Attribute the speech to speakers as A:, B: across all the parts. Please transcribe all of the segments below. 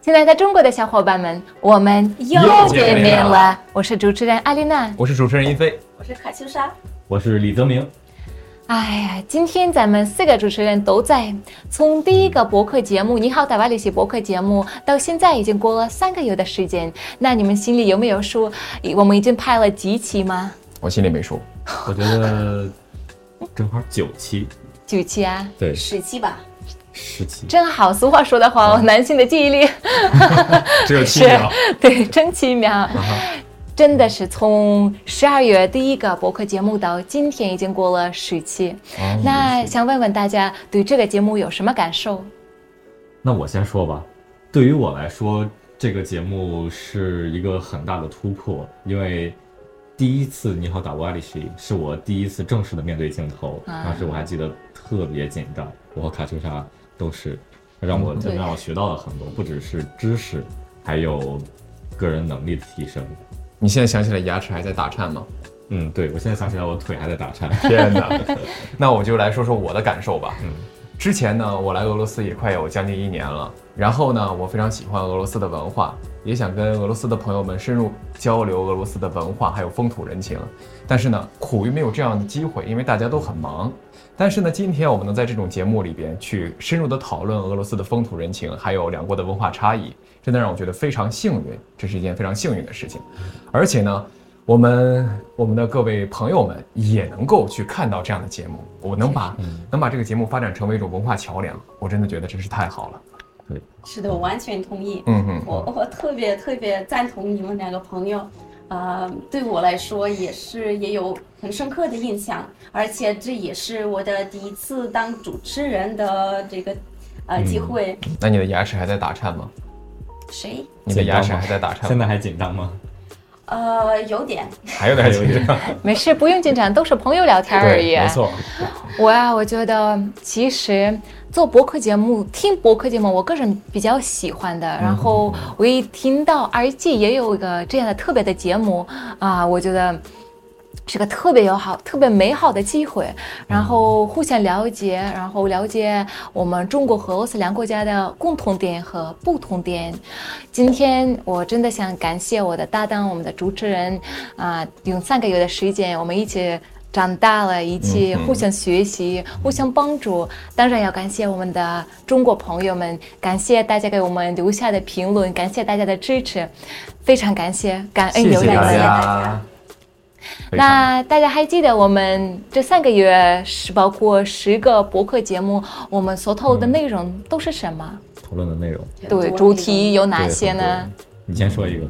A: 现在在中国的小伙伴们，我们又
B: 又
A: 见
B: 见
A: 面
B: 面
A: 了
B: 了。
A: 我是主持人艾丽娜。
B: 我是主持人一飞，
C: 我是卡秋莎，
B: 我是李泽明。
A: 哎呀，今天咱们四个主持人都在，从第一个博客节目《你好，台湾旅行》博客节目到现在已经过了三个月的时间。那你们心里有没有说，咦我们已经拍了几期吗？
D: 我心里没数，
B: 我觉得正好九期，
A: 九期啊，
B: 对，
C: 十期吧，
B: 十期，
A: 真好。俗话说得好，男性的记忆力。
B: 只有七
A: 是
B: 秒。
A: 对，真奇妙
B: 哈，
A: 真的是从十二月第一个博客节目到今天已经过了十期。
B: 哦
A: 那想问问大家对这个节目有什么感受？
B: 那我先说吧，对于我来说，这个节目是一个很大的突破，因为第一次《你好，打不爱丽西》是我第一次正式的面对镜头，
A: 啊
B: 当时我还记得特别紧张，我和卡秋莎都是，让我
A: 对
B: 让我学到了很多，不只是知识，还有个人能力的提升。
D: 你现在想起来牙齿还在打颤吗？
B: 嗯，对，我现在想起来我腿还在打 颤。
D: 天哪！ 那我就来说说我的感受吧。
B: 嗯
D: 之前呢，我来俄罗斯也快有将近一年了。然后呢，我非常喜欢俄罗斯的文化，也想跟俄罗斯的朋友们深入交流俄罗斯的文化还有风土人情。但是呢，苦于没有这样的机会，因为大家都很忙。但是呢，今天我们能在这种节目里边去深入的讨论俄罗斯的风土人情，还有两国的文化差异，真的让我觉得非常幸运，这是一件非常幸运的事情。而且呢，我们我们的各位朋友们也能够去看到这样的节目，我能把能把这个节目发展成为一种文化桥梁，我真的觉得真是太好了。
C: 是的，我完全同意。
D: 嗯嗯，
C: 我我特别特别赞同你们两个朋友，呃，对我来说也是也有很深刻的印象，而且这也是我的第一次当主持人的这个呃
B: 嗯
C: 机会。
D: 那你的牙齿还在打颤吗？
C: 谁？
D: 你的牙齿
B: 紧张吗
D: 还在打颤
B: 现
D: 吗？
B: 在还紧张吗？
C: 呃，有点
D: 还有点紧 张。
A: 没事，不用紧张，都是朋友聊天而已。
D: 对，没错。
A: 我啊，我觉得其实做播客节目、听播客节目，我个人比较喜欢的。然后我一听到 R G 也有一个这样的特别的节目啊，我觉得是个特别友好、特别美好的机
D: 嗯
A: 会。然后互相了解，然后了解我们中国和俄罗斯两国家的共同点和不同点。今天我真的想感谢我的搭档，我们的主持人啊，用三个月的时间，我们一起。长大了，一起
D: 嗯
A: 互相学习，互相帮助。当然要感谢我们的中国朋友们，感谢大家给我们留下的评论，感谢大家的支持，非常感谢，感恩
D: 谢
A: 有
D: 谢
A: 你们。
D: 大
C: 谢
D: 家。非常
A: 那大家还记得我们这三个月是包括十个博客节目，我们所透露的内容都是什么？
B: 讨论的内容，
A: 对，主题有哪些呢？
B: 你先说一个。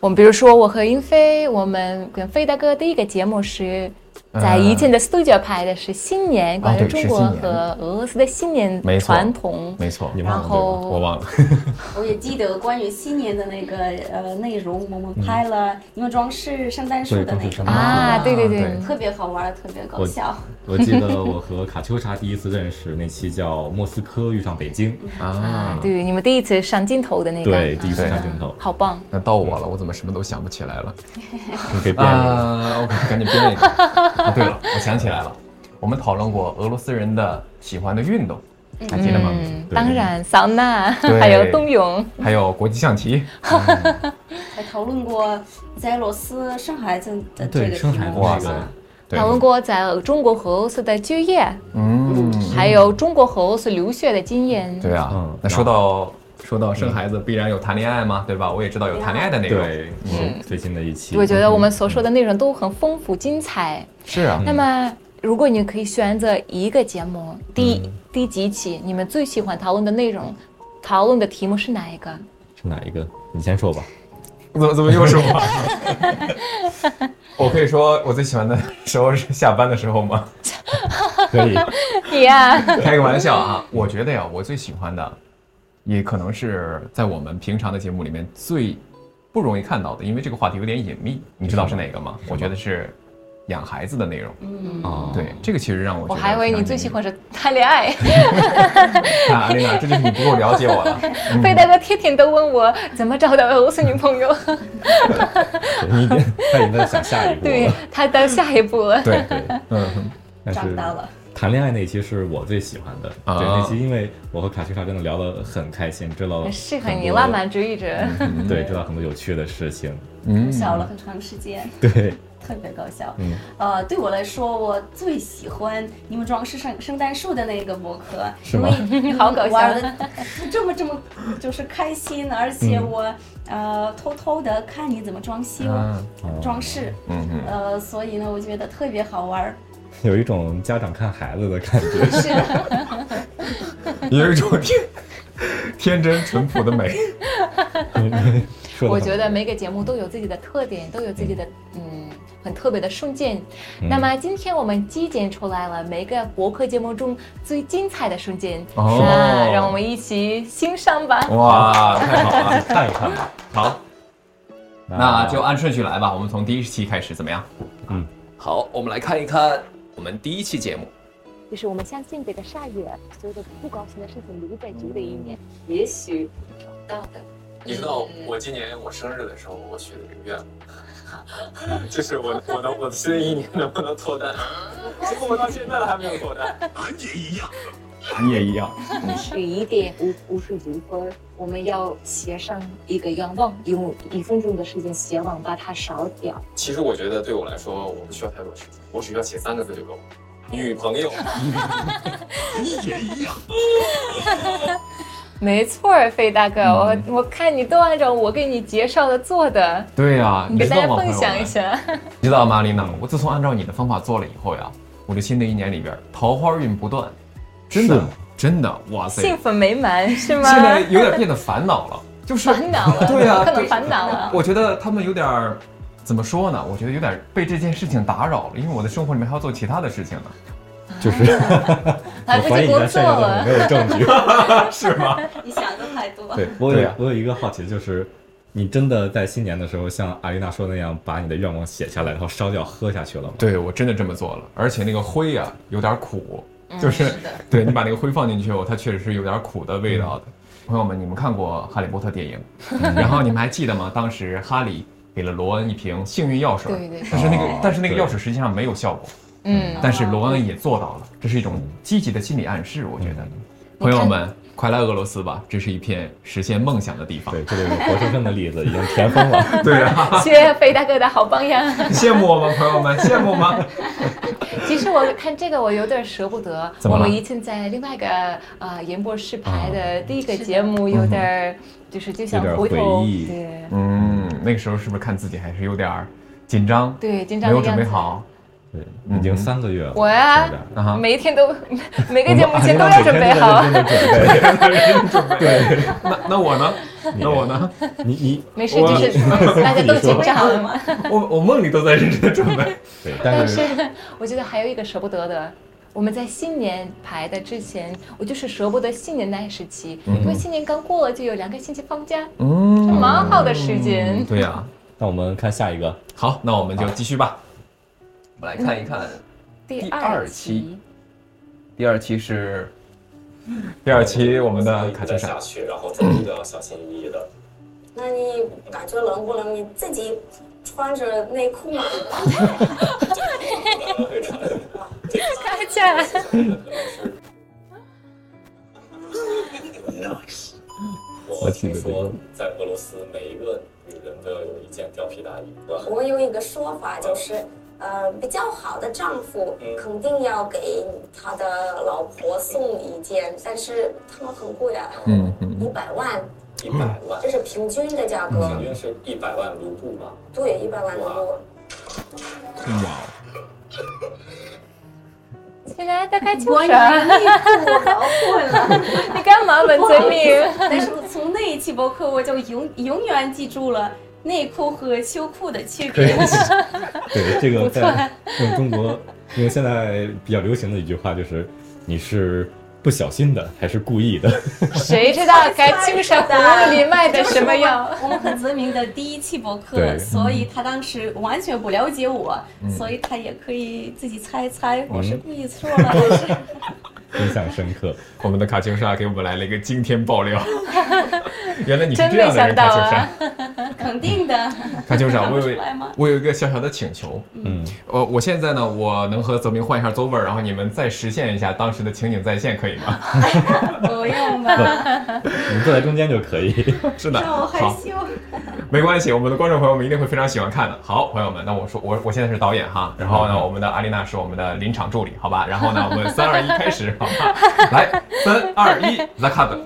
A: 我们比如说，我和英飞，我们跟飞大哥第一个节目是在
D: 嗯
A: 以前的 studio 拍的，是新年，关于
D: 啊对
A: 中
D: 是
A: 国
D: 新年
A: 和俄罗斯的新年
D: 没错
A: 传统。
D: 没错，
B: 你
A: 然
B: 忘了对吧
A: 后
D: 我忘了。
C: 我也记得关于新年的那个呃内容，我们拍了因为装饰圣诞
B: 嗯
C: 树
B: 对
C: 的
B: 装饰
C: 那
B: 圣
C: 个，
B: 诞
A: 啊，对对对
D: 对，
C: 特别好玩，特别搞
B: 我
C: 笑。
B: 我记得我和卡秋莎第一次认识，那期叫《莫斯科遇上北京
A: 啊
D: 啊，
A: 对，你们第一次上镜头的那》，个，啊
B: 对，第一次
D: 对
B: 上镜头，
A: 好棒。
D: 那到我了，我怎么什么都想不起来了？
B: 你可以变一个。
D: 啊，OK，赶紧编一个。啊，对了，我想起来了，我们讨论过俄罗斯人的喜欢的运动，还记得吗？
A: 嗯，
B: 对
A: 当然，桑拿
D: 对
A: 还有冬泳，
D: 还有国际象棋，
C: 还讨论过在俄罗斯生孩子的这
B: 对
C: 个题
B: 生孩子
C: 目，
B: 哇
C: 是
A: 啊
C: 吧
D: 对
A: 讨论过在呃中国和俄罗斯的就业，
D: 嗯，
A: 还有中国和俄罗斯留学的经验。
D: 对啊
B: 嗯。
D: 那说到说到生孩子，必然有谈恋爱嘛，对吧？我也知道有谈恋爱的内容。
B: 对，嗯，最新的一期，嗯
A: 我觉得我们所说的内容都很丰富精彩。
D: 是啊，
A: 那么，如果你可以选择一个节目，第、第几期，你们最喜欢讨论的内容，讨论的题目是哪一个？
B: 是哪一个？你先说吧。
D: 怎么怎么又 是我？我可以说我最喜欢的时候是下班的时候吗？
B: 可 以，
A: 你呀、
D: 开个玩笑啊，我觉得呀，我最喜欢的，也可能是在我们平常的节目里面最不容易看到的，因为这个话题有点隐秘。你知道是哪个吗？我觉得是养孩子的内容。
C: 嗯，
B: 哦，
D: 对，，这个其实让我
A: 我
D: 觉得
A: 还以为你最喜欢是谈恋爱。
D: 非常隐秘。看，阿丽娜，这就是你不够了解我了。
A: 贝大哥天天都问我怎么找到俄罗斯女朋友，
B: 你已经他已经在想下一步
A: 对
B: 了。
A: 他到下一步了。
D: 对，
B: 对，
D: 嗯，
B: 但是
C: 长大了，
B: 谈恋爱那期是我最喜欢的，
D: 啊
B: 对那期，因为我和卡西莎真的聊得很开心，知道
A: 适合
B: 很
A: 你
B: 多
A: 浪，漫主义者。
B: 嗯 对，知道很多有趣的事情，
D: 嗯，
C: 笑了很长时间，
B: 对，
C: 特别搞笑。
B: 嗯，
C: 呃，对我来说，我最喜欢你们装饰圣圣诞树的那个博客，
B: 是
C: 因
B: 吗
C: 为你
A: 好搞笑
C: 玩的 这么这么就是开心，而且我、呃偷偷的看你怎么装修、
D: 啊，
B: 哦
C: 装饰，
D: 嗯嗯，
C: 呃，所以呢，我觉得特别好玩儿。
B: 有一种家长看孩子的感觉，
C: 是的，
D: 有一种天 天真淳朴的 美。
B: 说
A: 我
B: 得
A: 觉
B: 很
A: 得每个节目都有自己的特点，都有自己的嗯很特别的瞬间。
B: 嗯
A: 那么今天我们精简出来了每个博客节目中最精彩的瞬间，
D: 哦
A: 那让我们一起欣赏吧。
D: 哇，啊太好了！
B: 啊看一看吧，
D: 好，那就按顺序来吧，我们从第一期开始，怎么样？
B: 嗯，
D: 好，我们来看一看我们第一期节目。
E: 就是我们相信这个善月，所有的不高兴的事情留在旧的一年，嗯也许找到的。嗯
F: 你知道我今年我生日的时候，我许了一个愿望， 就是我我能我新的一年能不能脱单？结果我到现在都还没有脱单。
D: 你也一样。
E: 一点五五十九分儿，我们要写上一个愿望，用一分钟的时间写完，把它烧掉。
F: 其实我觉得对我来说，我不需要太多事情，我只需要写三个字就够了。女朋友，
A: 没错儿，费大哥，
D: 嗯
A: 我我看你都按照我给你介绍的做的，
D: 对呀、你
A: 你给
D: 知
A: 大
D: 道
A: 家
D: 吗？
A: 分
D: 朋友
A: 享
D: 们
A: 一下。
D: 你知道吗，琳娜？我自从按照你的方法做了以后呀，我这新的一年里边桃花运不断，真
B: 是
D: 的
B: 吗
D: 真的，哇塞！
A: 幸福美满是吗？
D: 现在有点变得烦恼了，就是
A: 烦恼了，
D: 对呀、
A: 我可能烦恼 了。
D: 我觉得他们有点儿怎么说呢？我觉得有点儿被这件事情打扰了，因为我的生活里面还要做其他的事情呢，
B: 就是，
A: 来
B: 我
A: 不
B: 怀
A: 及
B: 疑你
A: 工
B: 在
A: 作
B: 善良的
A: 了
B: 没。有证 据。
D: 是吗？
C: 你想的太多。
B: 对我
D: 对
B: 有
D: 啊
B: 我有一个好奇，就是你真的在新年的时候像阿丽娜说的那样，把你的愿望写下来，然后烧掉喝下去了吗？
D: 对，我真的这么做了，而且那个灰呀、有点苦，就是,、
A: 嗯是的
D: 对你把那个灰放进去后，它确实是有点苦的味道的。嗯 朋友们，你们看过《哈利波特》电影，然后你们还记得吗？当时哈利给了罗恩一瓶幸运药水，
A: 对对对
D: 但是那个、
B: 哦
D: 但是那个
B: 对
D: 药水实际上没有效果，
A: 嗯，
D: 但是罗恩也做到了，这是一种积极的心理暗示，我觉得。
B: 嗯
D: 朋友们，快来俄罗斯吧，这是一片实现梦想的地方。
B: 对，这个活生生的例子已经填丰了。
D: 对啊，
A: 谢谢肥大哥的好榜样。
D: 羡慕我吗？朋友们，羡慕吗？
A: 其实我看这个我有点舍不得，
D: 怎
A: 我
D: 么了啊
A: 们以前在另外一个呃演播室拍的第一个节目，有点儿就是就想
B: 有点
A: 回头
B: 回忆
A: 对
D: 嗯，那个时候是不是看自己还是有点儿紧张？
A: 对紧张
D: 没
A: 的样
D: 有
A: 子。
D: 准备好
B: 对，已经三个月了。
A: 我呀
B: 有点儿
D: 啊哈？
A: 每一天 都每个
B: 我
A: 节目前
B: 们阿丽
A: 都
B: 娜
A: 要
B: 每
A: 准
B: 天
A: 备
B: 都
A: 好
B: 在，认真准备。
D: 对，那那我呢？ 那我呢？
B: 你你
A: 没事，就是 大家都紧张。
D: 我我梦里都在认真地准备。
B: 对，
A: 但
B: 但
A: 是
B: 是
A: 我觉得还有一个舍不得的，我们在新年排的之前，我就是舍不得新年那一时期，因为新年刚过了就有两个星期放假，
D: 嗯
A: 这蛮好的时间。
D: 对呀、
B: 那我们看下一个，
D: 好，那我们就继续吧。我们来看一看，
A: 第
D: 第
A: 二
D: 二
A: 期
D: 期，第二期是 第二期我们的
F: 一
D: 卡
F: 直
D: 秋
F: 在
D: 莎
F: 下。雪，然后走路都要小心翼翼的。
G: 那你感觉冷不冷？你自己穿着内裤吗？
A: 大家
F: 我听
D: 嗯记得这
F: 说在俄罗斯每一个女人都要有一件貂皮大衣。
G: 我们有一个说法就是，呃，比较好的丈夫
F: 嗯
G: 肯定要给他的老婆送一件，但是他们很贵啊，
D: 嗯嗯，
G: 一百万，
F: 一百万，
G: 这是平均的价格。
F: 平均是一百万卢布嘛？
G: 对，一百万左右。
D: 哇，
A: 现在大概就
C: 我
A: 是
C: 你内裤我搞混了。
A: 你干嘛文嘴里？
C: 但是从那一期博客，我就永永远记住了内裤和秋裤的区
B: 对
C: 别。
B: 对这个在用中国，因为现在比较流行的一句话就是，你是不小心的还是故意的？
A: 谁知道该精神葫芦里卖的什么药？
C: 我们和泽明的第一期博客，
B: 对嗯
C: 所以他当时完全不了 解我，所以他也可以自己猜一猜，我是故意错了还是
B: 印象深刻。
D: 我们的卡秋莎给我们来了一个惊天爆 料，原来你是
A: 真
D: 这
A: 没
D: 样的
A: 想
D: 人，
A: 到
D: 卡秋莎
A: 啊。！
C: 肯定的。
D: 卡 秋莎，我
C: 看不
D: 有
C: 出来吗
D: 我有一个小小的请求，呃
B: 嗯，
D: 我我现在呢，我能和泽明换一下 Zover，然后你们再实现一下当时的情景再现，可以吗？
C: 不 用吧，
B: 你坐在中间就可以。
D: 是的，
C: 让我害
D: 好，
C: 羞。
D: 没关系，我们的观众朋友们一定会非常喜欢看的。好，朋友们，那我说我我现在是导演哈，然后呢，我们的阿丽娜是我们的临场助理，好吧？然后呢，我们三二一开始，好吧？来，三二一，拉卡的。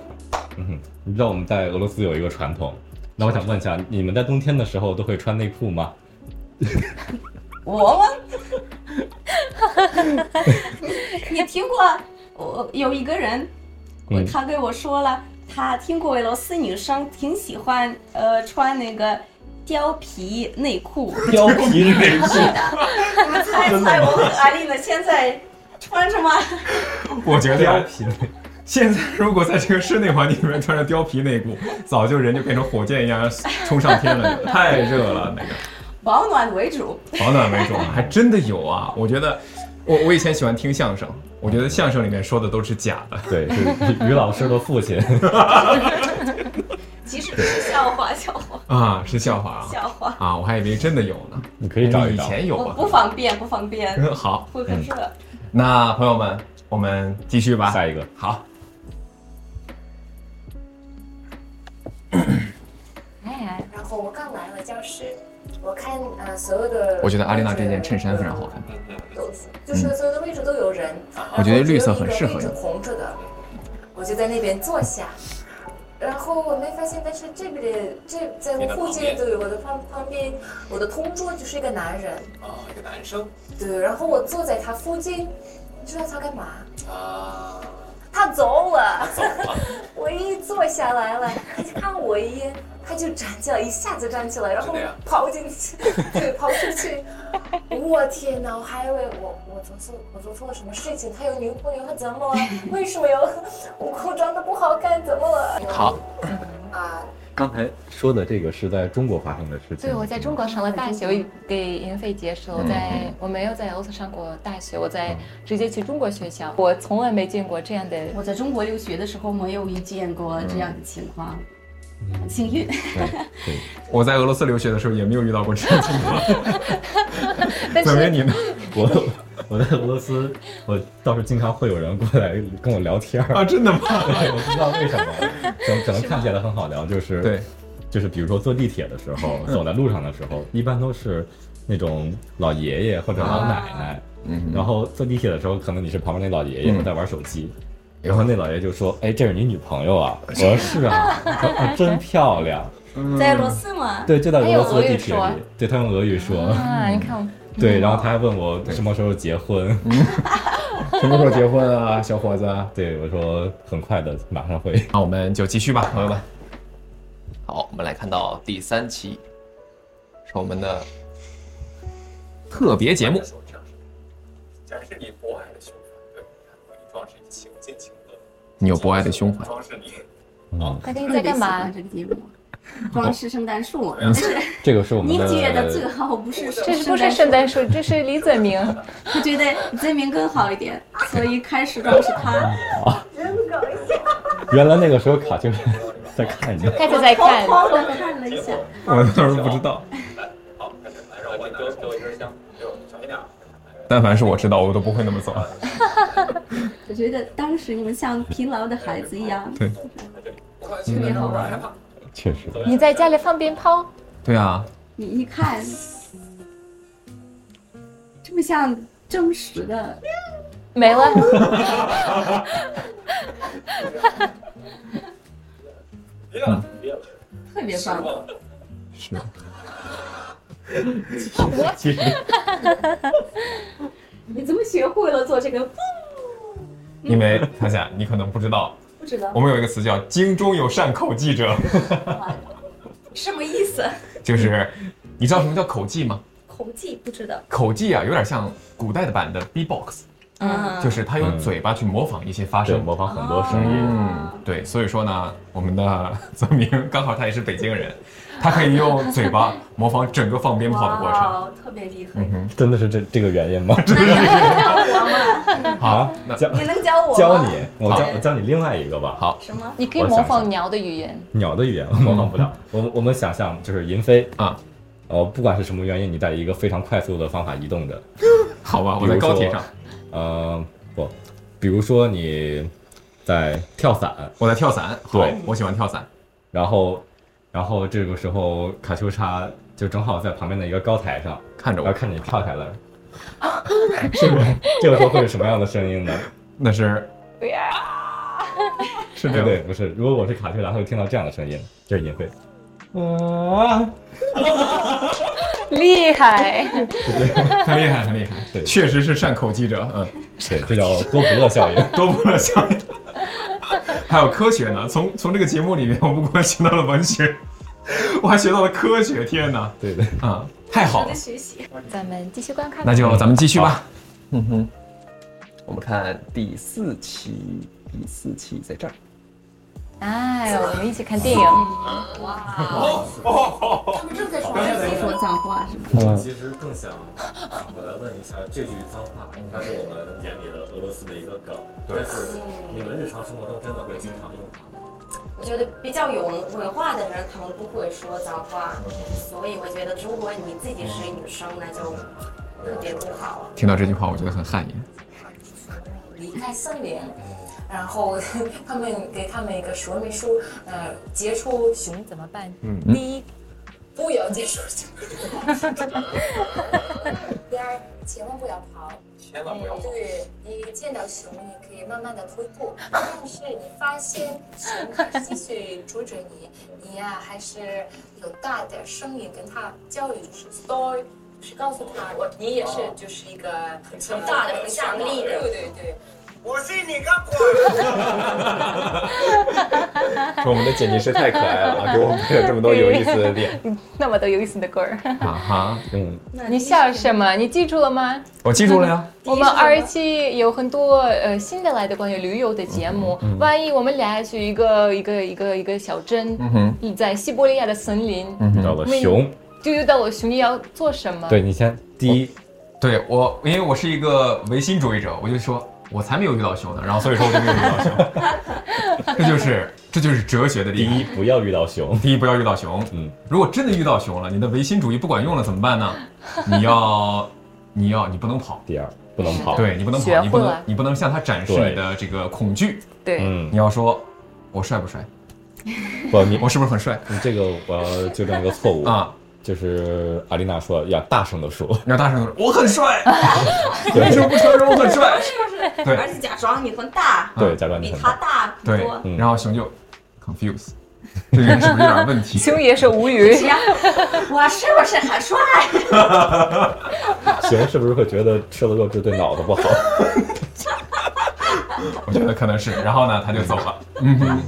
B: 嗯，你知道我们在俄罗斯有一个传统，那我想问一下，你们在冬天的时候都会穿内裤吗？
C: 我吗？ 你听过？我有一个人，我
B: 嗯
C: 他跟我说了，他听过俄罗斯女生挺喜欢呃穿那个貂皮内裤。
B: 貂皮内裤，
C: 你们猜猜我和阿丽呢现在穿什么？
D: 我觉
B: 貂
D: 得
B: 皮内裤，
D: 现在如果在这个室内环境里面穿着貂皮内裤，早就人就变成火箭一样冲上天 了，太热了那个。
C: 保暖为主。
D: 保暖为主，还真的有啊！我觉得，我我以前喜欢听相声，我觉得相声里面说的都是假的。
B: 对，是于老师的 父亲。
C: 即使是笑话，笑话，
D: 啊，是笑话啊！
C: 笑话，
D: 啊，我还以为真的有呢。
B: 你可以找一
D: 以
B: 找
D: 前有
C: 我
D: 啊。
C: 不方便，不方便，
D: 嗯 好，
C: 会很热。
D: 那朋友们，我们继续吧。
B: 下一个，
D: 好，
A: 哎，
G: 然后我刚来了教室，我看呃所有的，
D: 我觉得阿丽娜这件衬衫非常好看。
G: 有就是所有的位置都有人。
D: 嗯我觉得绿色
G: 然后
D: 很
G: 只有一个
D: 适合
G: 位置
D: 你
G: 红着的，我就在那边坐下。然后我没发现，但是这个人这在我附近，对我的旁旁边，我的同桌就是一个男人，
F: 啊，一个男生
G: 对，然后我坐在他附近，你知道他干嘛？
F: 啊，
G: 他走了，
F: 走了，
G: 我一坐下来了，他就看我一眼，他就站起来，一下子站起来，然后
F: 真的呀
G: 跑进去，对，跑出去。哎我天哪！我还以为我我做错我做错了什么事情，他有女朋友，他怎么了？为什么要我我装的不好看？怎么了？
D: 好
G: 啊，
B: 刚才说的这个是在中国发生的事情。
A: 对，我在中国上了大学，我给英菲解释了，我在我没有在俄罗斯上过大学，我在直接去中国学校，我从来没见过这样的。
C: 我在中国留学的时候没有遇见过这样的情况，
B: 嗯
C: 很幸运。
D: 我在俄罗斯留学的时候也没有遇到过这样的情 况。
A: 但
D: 怎么
A: 是
D: 你呢？
B: 我我在俄罗斯，我倒是经常会有人过来跟我聊天 儿，
D: 啊，真的吗？
B: 我不知道为什么，整整个看起来很好聊，就是
D: 对，
B: 就是比如说坐地铁的时候，
D: 嗯
B: 走在路上的时候，一般都是那种老爷爷或者老奶奶。
D: 嗯
B: 然后坐地铁的时候，可能你是旁边那老爷爷
D: 嗯
B: 在玩手机，然后那老爷就说：“哎，这是你女朋友 啊？”我说：“是啊。”他说：“啊，真漂亮。
C: 在俄罗斯嘛”，
B: 嗯对，就在俄罗
A: 他
D: 哎
B: 斯
A: 用俄语
B: 地铁
A: 说
B: 里，对他用俄语说，
D: 嗯
A: 啊，你看，
B: 对，然后他还问我什么时候结婚，
D: 嗯 什么时候结婚啊，小伙子？啊，
B: 对我说很快的，马上会。
D: 我们就继续吧，朋友们。
H: 好，我们来看到第三期，是我们的
D: 特别节目，
F: 手杖，这样是你博爱的胸怀，对，你看我一装是一情尽情乐，
D: 你有博爱的胸怀。
F: 装饰你，
D: 哦
B: 嗯，
A: 大家你在干嘛？
C: 这个节目，装饰圣诞树。
B: 这个是嗯我们
C: 您
B: 的
C: 觉得最好不是
A: 这是不是圣诞树？这是李泽明。
C: 他觉得曾明更好一点，所以开始装饰他。
B: 嗯原来那个时候卡就是在看你，
A: 开始在看
C: 偷，偷的看了一下，
D: 我倒是不知道，
F: 好，开始来，让我给我给我一根香，给我小一点，
D: 但凡是我知道，我都不会那么走。
C: 我觉得当时你们像疲劳的孩子一样，
F: 快去
C: 特别好玩。
B: 确实。
A: 你在家里放鞭炮？
D: 对啊，
C: 你一看，这么像真实的，
A: 没了。嗯
F: 别了，别了，
C: 特别棒。
D: 是。
B: 其实
C: 你怎么学会了做这个？
D: 因为他想，你可能不知道，
C: 不知道
D: 我们有一个词叫“京中有善口技者
C: 什么意思，”，
D: 就是你知道什么叫口技吗？
C: 口技不知道。
D: 口技啊，有点像古代的版的 B-box，
C: 嗯，
D: 就是他用嘴巴去模仿一些发
B: 对
D: 声。
B: 模仿很多声音，
D: 嗯，对，所以说呢，我们的 泽明刚好他也是北京人，他可以用嘴巴模仿整个放鞭炮的过程。
C: 哇，特别厉害。
D: 嗯哼，
B: 真的是这这个原因吗？
C: 那你还是让我吗？
B: 好，
D: 那
B: 教
C: 你能教我吗？
B: 教你，我教
C: 好
B: 我教你另外一个吧。
D: 好
C: 什么？
A: 你可以
B: 我
A: 模
B: 想
A: 仿
B: 想
A: 鸟的语言，
B: 鸟的语言我模仿不了。 我们我们想象就是银飞
D: 啊，
B: 呃，不管是什么原因，你在一个非常快速的方法移动着，
D: 好吧，我在高铁上，
B: 呃，不，比如说你在跳伞，
D: 我在跳伞，好
B: 对，
D: 我喜欢跳伞，
B: 然后然后这个时候卡秋莎就正好在旁边的一个高台上，
D: 看着
B: 然
D: 我
B: 后，看你跳下来， 这个这个时候会有什么样的声音呢？
D: 那是是这
B: 啊对
D: 样
B: 对，不是，如果我是卡秋莎，会听到这样的声音， 这是银飞。啊，
A: 厉害。
D: 很厉害，很厉害，
B: 对
D: 确实是善口技者，嗯，
B: 对，这叫多普勒效应。
D: 多不了笑。还有科学呢，从从这个节目里面，我不光学到了文学，我还学到了科学，天哪，
B: 对对，
D: 啊、太好
C: 我
D: 了
C: 在，学习。
A: 咱们继续观看吧
D: 那。就咱们继续吧。
H: 嗯哼，我们看第四期，第四期在这儿。
A: 哎，我们一起看电影。
G: 他们正在说
C: 说脏话是吗？
F: 我其实更想反过来问一下，这句脏话应该是我们眼里的俄罗斯的一个梗，但
G: 嗯
F: 是你们日常生活中真的会经常用它吗？
G: 我觉得比较有文化的人可能不会说脏话，所以我觉得如果你自己是女生，那就特别不好。
D: 听到这句话，我觉得很汗颜。
G: 离开森林，然后他们给他们一个说明书，呃，接触
A: 熊怎么办？
D: 嗯
A: 第一，
G: 不要接触熊。 第二，千万不要跑。哎
F: 千万不要忘了
G: 对，你见到熊，你可以慢慢的推步，但是你发现熊还继续追着你，你呀、还是有大的声音跟它教育，就是 stop，就是告诉他，我你也是就是一个很强大的、很强力的，对对对。
D: 说我们的剪辑师太可爱了，给我们配了这么多有意思的 点。
A: 那么多有意思的歌儿，
D: 啊哈，
B: 嗯，
A: 你笑什么？你记住了吗？
D: 我记住了呀。
A: 我们二期有很多呃新的来的关于旅游的节目，
B: 嗯
A: 万一我们俩去一个一个一个一个小镇，
D: 嗯哼，
A: 你在西伯利亚的森林，
D: 嗯
B: 到
D: 哼，
B: 了熊，
A: 就遇到了熊，你要做什么？
B: 对，你先第一，
D: 对我，因为我是一个唯心主义者，我就说我才没有遇到熊呢，然后所以说我就没有遇到熊。 这就是这就是哲学的
B: 第
D: 第
B: 一
D: 一。
B: 不要遇到熊。
D: 第一，不要遇到熊。
B: 嗯，
D: 如果真的遇到熊了，你的唯心主义不管用了怎么办 呢？你要，你要，你不能跑。
B: 第二不能跑。，
D: 对你不能
A: 学
D: 跑，
A: 会
D: 你不能
A: 了，
D: 你不能向他展示
B: 哦对
D: 你的这个恐惧。
A: 对
B: 嗯
D: 你，要说，我帅不帅？
B: 不，你
D: 我是不是很帅
B: 你这个我要纠正一个错误，
D: 啊？
B: 就是阿丽娜说要大声 的说，
D: 你要大声地说，我很帅。为什么不承认我 很帅？对
C: 而且假装你很大，
B: 对，假装你
C: 比
B: 很
C: 他
B: 棒。
C: 大很
D: 对
C: 多。，
B: 嗯
D: 然后熊就 confuse，这个人是不是有点问 题？
A: 熊也是无语。
C: 呀， 我是不是很帅？
B: 熊是不是会觉得吃了肉质对脑子不好？
D: 我觉得可 能是。然后呢，他就走了。嗯哼，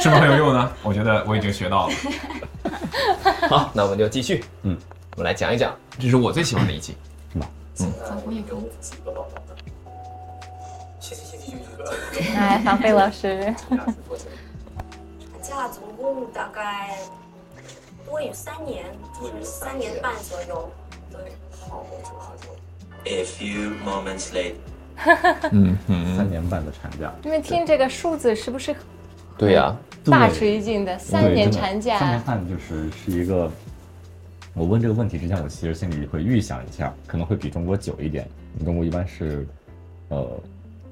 D: 是不是很有用呢？我觉得我已经学到了。
H: 好，那我们就继续。
B: 嗯，
H: 我们来讲一讲
D: 这是我最喜欢的一集。
A: 哎，房飞老师，
G: 家族共大概多于三年，就是三年半左右。对，
I: A few moments later.
D: 嗯哼，
B: 三年半的产假，
A: 你们听这个数字是不是
H: 对呀、
A: 大吃一惊的？三年产
B: 三年
A: 假，
B: 半就是是一个。我问这个问题之前，我其实心里会预想一下，可能会比中国久一点。中国一般是，呃，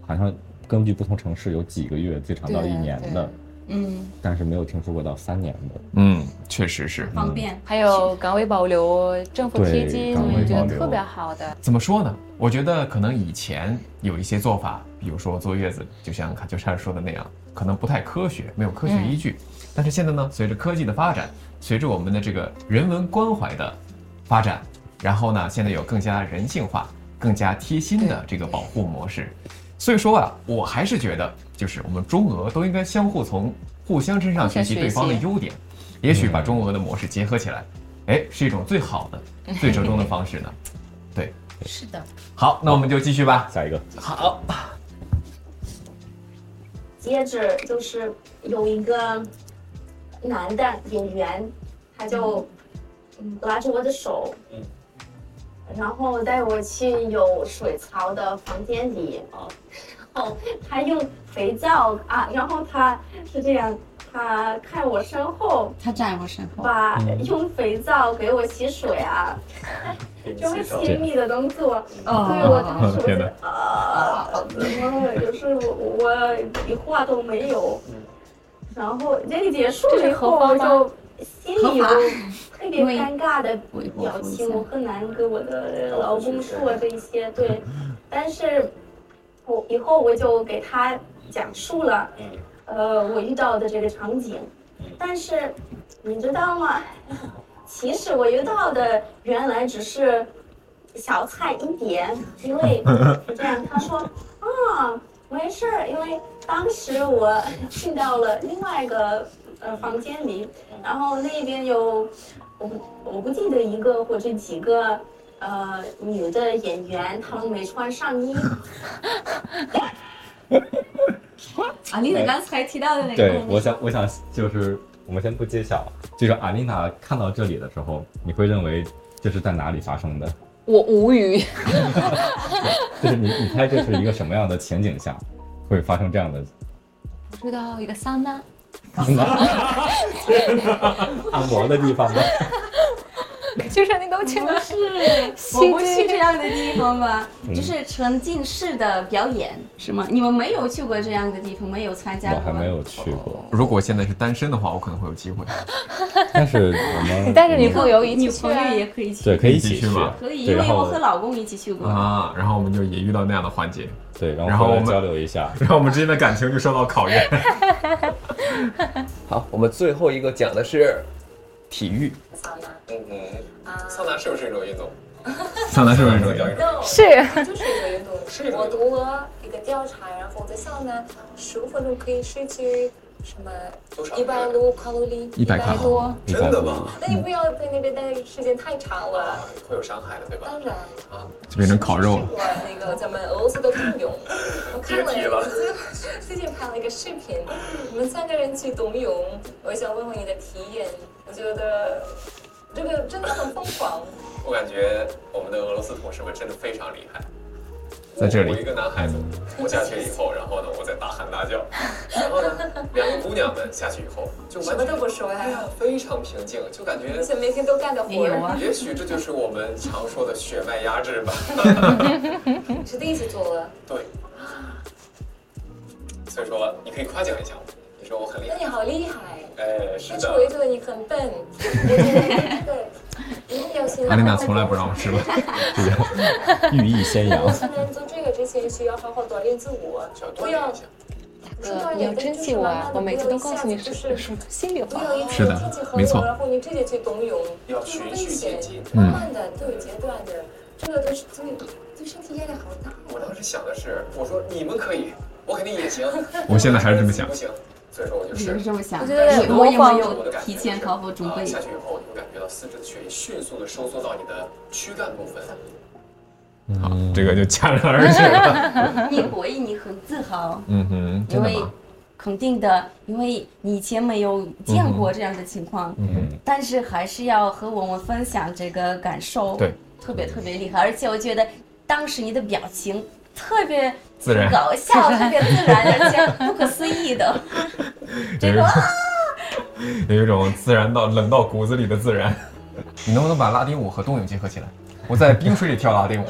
B: 好像根据不同城市有几个月，最长到一
A: 对
B: 年的
A: 对，
C: 嗯，
B: 但是没有听说过到三年的。
D: 嗯，确实是。
C: 方便。
A: 还有岗位保留、政府贴
B: 对
A: 金，
B: 岗位
A: 我觉
B: 保
A: 得
B: 留
A: 特别好的。
D: 怎么说呢？我觉得可能以前有一些做法，比如说坐月子，就像卡秋莎说的那样，可能不太科学，没有科学
A: 嗯
D: 依据。但是现在呢，随着科技的发展，随着我们的这个人文关怀的发展，然后呢，现在有更加人性化、更加贴心的这个保护模式。所以说啊，我还是觉得，就是我们中俄都应该相互从互相身上
A: 互相
D: 学习
A: 学
D: 对方的
A: 习
D: 优点，也许把中俄的模式结合起来，哎，是一种最好 的、最折中的方式呢。
C: 是的，
D: 好，那我们就继续吧。
B: 下一个，
H: 好，
G: 接着就是有一个嗯
C: 嗯
G: 男的演员，他就嗯拉着我的手，然后带我去有水槽的房间里，哦，然后他用肥皂啊，然后他是这样，他看我身后，
C: 他站我身后，
G: 把用肥皂给我洗水啊，就是亲密的动作，
C: 哦
G: 所以我当时我
B: 天
G: 就
B: 哪
G: 啊，怎么就是我我一话都没有，
B: 嗯
G: 然后这个结束
A: 这是
G: 以
A: 合
G: 后
A: 法
G: 我
A: 吗
G: 就心里有
C: 合法
G: 特别
C: 因为
G: 尴尬的
C: 我我
G: 表
C: 说一
G: 情，
C: 下
G: 我很难跟我的
B: 哦
G: 老公说这一些， 对，但是我以后我就给他讲述了，呃，我遇到的这个场景，但是你知道吗？ 其实我遇到的原来只是小菜一碟，因为是这样，他说啊，没事儿，因为当时我进到了另外一个呃房间里，然后那边有我不我不记得一个或者几个呃女的演员，她们没穿上衣，
C: 啊，丽娜刚才提到的那个
B: 对，，我想，我想就是我们先不揭晓，就是阿丽娜看到这里的时候，你会认为这是在哪里发生的？
A: 我无语。
B: 就是你，你猜这是一个什么样的情景下会发生这样的
A: 不知道一个桑拿，
B: 按摩的地方 吗？
A: 就是那个去
C: 不是，
A: 剧
C: 我不去这样的地方吧？
B: 嗯
C: 就是沉浸式的表演是吗？你们没有去过这样的地方，没有参加
B: 我
C: 过？
B: 还没。有去过，
D: 如果现在是单身的话，我可能会有机会。
B: 但是我 们
A: 但是你
B: 我们
A: 朋友一
C: 女
A: 起
C: 朋
A: 去
C: 友
A: 啊，
C: 也可以去，
B: 对可以一起
D: 一起去吗
C: 可以，
B: 对
C: 因为
B: 然后
C: 我和老公一起去过。
D: 啊，然后我们就也遇到那样的环节，
B: 对，然
D: 然
B: 后
D: 后
B: 回
D: 我
B: 来
D: 们
B: 交流一下。
D: 然后我们之间的感情就受到考验。
J: 好，我们最后一个讲的是体育，
K: 桑拿
H: 嗯，
K: 啊，
H: 桑拿是不是一种运动？
D: 桑拿是不是
H: 叫运动？
K: no，
A: 是
K: 就是一个运动。我读了一个调查，然后我在想呢，十五分钟可以摄取什么
H: 多少
K: 一百多卡路里，
D: 100卡路
K: 多。
B: 一
H: 真的吗？
K: 那你不要在那边待的时间太长了。
H: 会有伤害的，对吧？
K: 当然，
D: 就变成烤肉
K: 试
D: 了？
K: 过那个咱们俄罗斯的冬泳，我看
H: 别提
K: 了
H: 了
K: 最最近看了一个视频，你们三个人去冬泳，我想问问你的体验。我觉得这个真的很疯狂，
H: 我感觉我们的俄罗斯同事们真的非常厉害。
D: 在这里嗯
H: 我一个男孩子，我下去以后，然后呢，我在大喊大叫，然后呢，两个姑娘们下去以后就
K: 什
H: 完
K: 么
H: 全
K: 都不说呀，
H: 哎呀，非常平静，就感觉
K: 而且每天都干的活
C: 没有
K: 儿，
C: 啊，
H: 也许这就是我们常说的血脉压制吧。
K: 你是第一次做了。
H: 对，所以说你可以夸奖一下我，你说我很厉
K: 那
H: 害。
K: 你好厉害！
H: 哎，是
K: 但是我也
H: 的，
K: 觉得你很笨，我觉得你很笨，一定要先。
D: 阿丽娜从来不让我吃了，
B: 寓意先
K: 但
B: 扬
K: 我。虽然做这个之前需要好好锻炼自我，
H: 需要锻炼一下。
K: 不是锻
A: 你要
K: 炼，但
A: 珍
K: 就是
A: 惜我
K: 慢
A: 啊
K: 慢！地
A: 我每次
K: 不要一
A: 都告
K: 下
A: 诉
K: 子
A: 你
K: 就是是
A: 什么心里
K: 不
A: 话。
K: 要一天
D: 是的
K: 天气
D: 没
K: 很
D: 错
K: 冷，然后你直接去冬泳，
H: 要
K: 这
H: 循
K: 很危
H: 序渐
K: 险
H: 进。
K: 慢慢的都有阶段的，这个都是对对身体压力好大。
H: 我当时想的是，我说你们可以，我肯定也行。
D: 我现在还是这么想
H: 不行，所以说我就
C: 你
H: 是
C: 是这么想
A: 我觉
C: 的。
A: 得
C: 你
A: 模
C: 我也
A: 仿
C: 没
H: 我的
C: 有
H: 感觉
C: 提前
H: 是
C: 好好准
H: 啊
C: 备。
H: 下去以后，你会感觉到四肢的血液迅速的收缩到你的躯干部分。
D: 好，嗯这个就戛然而止了。
C: 你回忆你很自豪，
D: 嗯哼，
C: 因
D: 真的
C: 为
D: 吗？
C: 肯定的，因为你以前没有见过这样的情况，
B: 嗯，
C: 但是还是要和我们分享这个感受，
D: 对，
C: 特别特别厉害，而且我觉得当时你的表情特别
D: 自然
C: 搞笑，特别自然，而且不可思议的，
D: 有
C: 这
D: 一
C: 个
D: 种 有一种自然到冷到骨子里的自然。你能不能把拉丁舞和冬泳结合起来？我在冰水里跳拉丁 舞，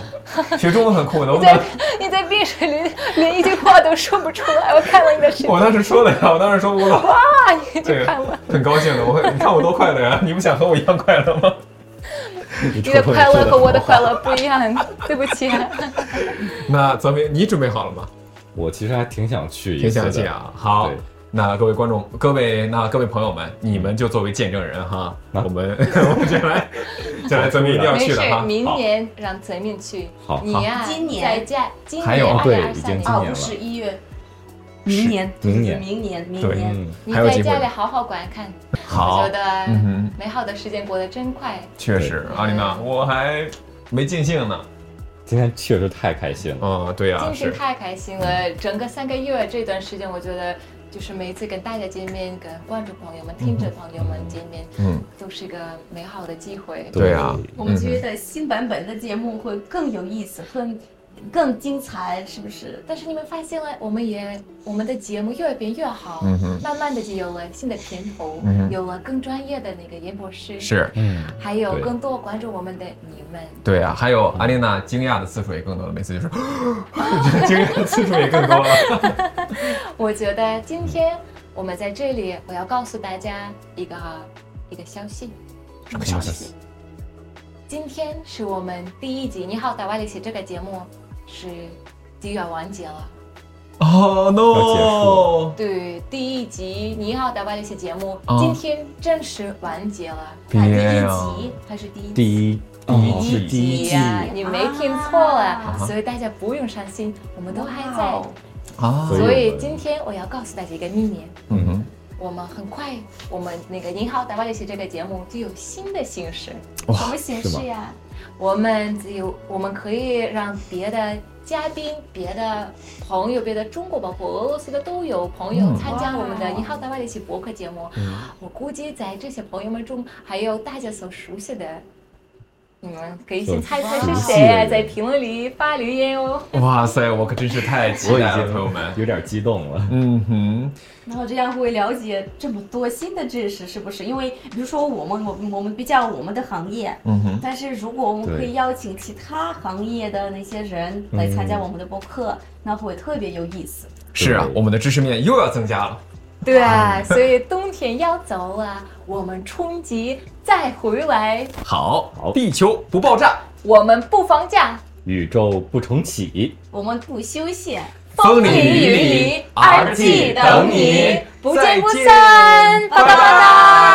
D: 学中文很酷，能不能
A: 在？你在冰水里连一句话都说不出来，我看了你的视频
D: 我当时说了呀，我当时说我
A: 啊，你
D: 这
A: 去看
D: 个
A: 吧，
D: 很高兴的，我会你看我多快乐呀！你不想和我一样快乐吗？
B: 你
A: 你的
B: 说
A: 快乐和我的
B: 好
A: 快乐不一样，对不起啊、
D: 那泽明，你准备好了吗？
B: 我其实还挺想去一
D: 挺
B: 次
D: 想
B: 的，
D: 去啊！好
B: 对，
D: 那各位观众、各位那各位朋友们，你们就作为见证人哈，
B: 啊
D: 我们 我们将来将来泽明一定要
A: 没
D: 去
A: 事
D: 的哈，。
A: 明年让泽民去。
B: 好
A: 你呀、
C: 今年
A: 再见。今
D: 还有
A: 年
B: 对
A: 2023
B: 已经
A: 年
B: 今年
C: 哦，不
B: 了
C: 是一月，明年，
B: 明年
C: 明年，明
D: 对
C: 年，
B: 嗯，
A: 你
D: 还有
A: 在
D: 机会
A: 家里好好管看，
D: 好
A: 我觉得
D: 嗯哼
A: 美好的时间过得真快。
D: 确实，阿丽娜，我还没尽兴呢。
B: 今天确实太开心了。
D: 哦，对呀、
A: 真是
D: 是
A: 太开心了！整个三个月这段时间，我觉得就是每一次跟大家见面，跟观众朋友们、听者朋友们见面，
D: 嗯，
A: 都是一个美好的机会。
D: 对啊
C: 我们觉得新版本的节目会更有意思，更更精彩，是不是？
A: 但是你们发现了，我们也我们的节目越变越好，
D: 嗯哼
A: 慢慢的就有了新的片头，
D: 嗯哼
A: 有了更专业的那个演播室，
D: 是嗯
A: 还有
D: 对
A: 更多关注我们的你们。
D: 对啊，还有阿丽娜惊讶的次数也更多了，每次就是 惊讶的次数也更多了。
A: 我觉得今天我们在这里，我要告诉大家一个一个消息。
D: 什么消息？
A: 今天是我们第一集《你好，打外里写》这个节目是即远完结了。
D: 哦、
B: 要
D: no！
A: 对，第一集《你好，打外里写》节目、
B: 哦
A: 今天正式完结了。
B: 别
A: 它第一
B: 啊
A: 集还是第一集？
B: 第一第一季第一季
A: 呀你没听错了
B: 啊，
A: 所以大家不用伤心，我们都还
C: 哇
A: 在。
D: 啊
A: 所以今天我要告诉大家一个秘密，
D: 嗯哼，
A: 我们很快，我们那个《您好，打外联系》这个节目就有新的形式，
D: 哇
A: 什么形式呀？我们只有我们可以让别的嘉宾、别的朋友、别的中国包括俄罗斯的都有朋友
D: 嗯
A: 参加我们的
C: 哇
A: 《您好，打外联系》博客节目。
D: 嗯
A: 我估计在这些朋友们中，还有大家所熟悉的。你们可以先猜猜是
D: 熟悉
A: 谁
D: 的
A: 啊，
D: 人
A: 在评论里发留言哦。
D: 哇塞，我可真是太期
B: 我已
D: 待了，
B: 经
D: 朋友们。
B: 有点激动了。
D: 嗯哼，
C: 然后这样会了解这么多新的知识，是不是？因为比如说我们我我们比较我们的行业，
D: 嗯哼
C: 但是如果我们
D: 对
C: 可以邀请其他行业的那些人来参加我们的播客，那会特别有意思。
D: 是啊，我们的知识面又要增加了。
A: 对啊，所以冬天要走了，我们冲击再回来，
D: 好，地球不爆炸，
A: 我们不放假，
B: 宇宙不重启，
C: 我们不休息，
B: 风里
A: 雨
B: 雨
A: 里
B: 里
A: RG 等你，不见不散，
D: 拜拜。